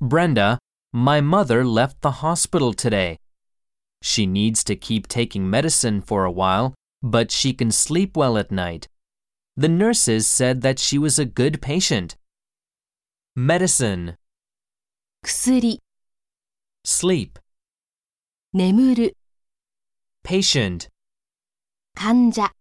Brenda, my mother left the hospital today. She needs to keep taking medicine for a while, but she can sleep well at night. The nurses said that she was a good patient. Medicine, 薬、 sleep, 眠る、 patient. 患者。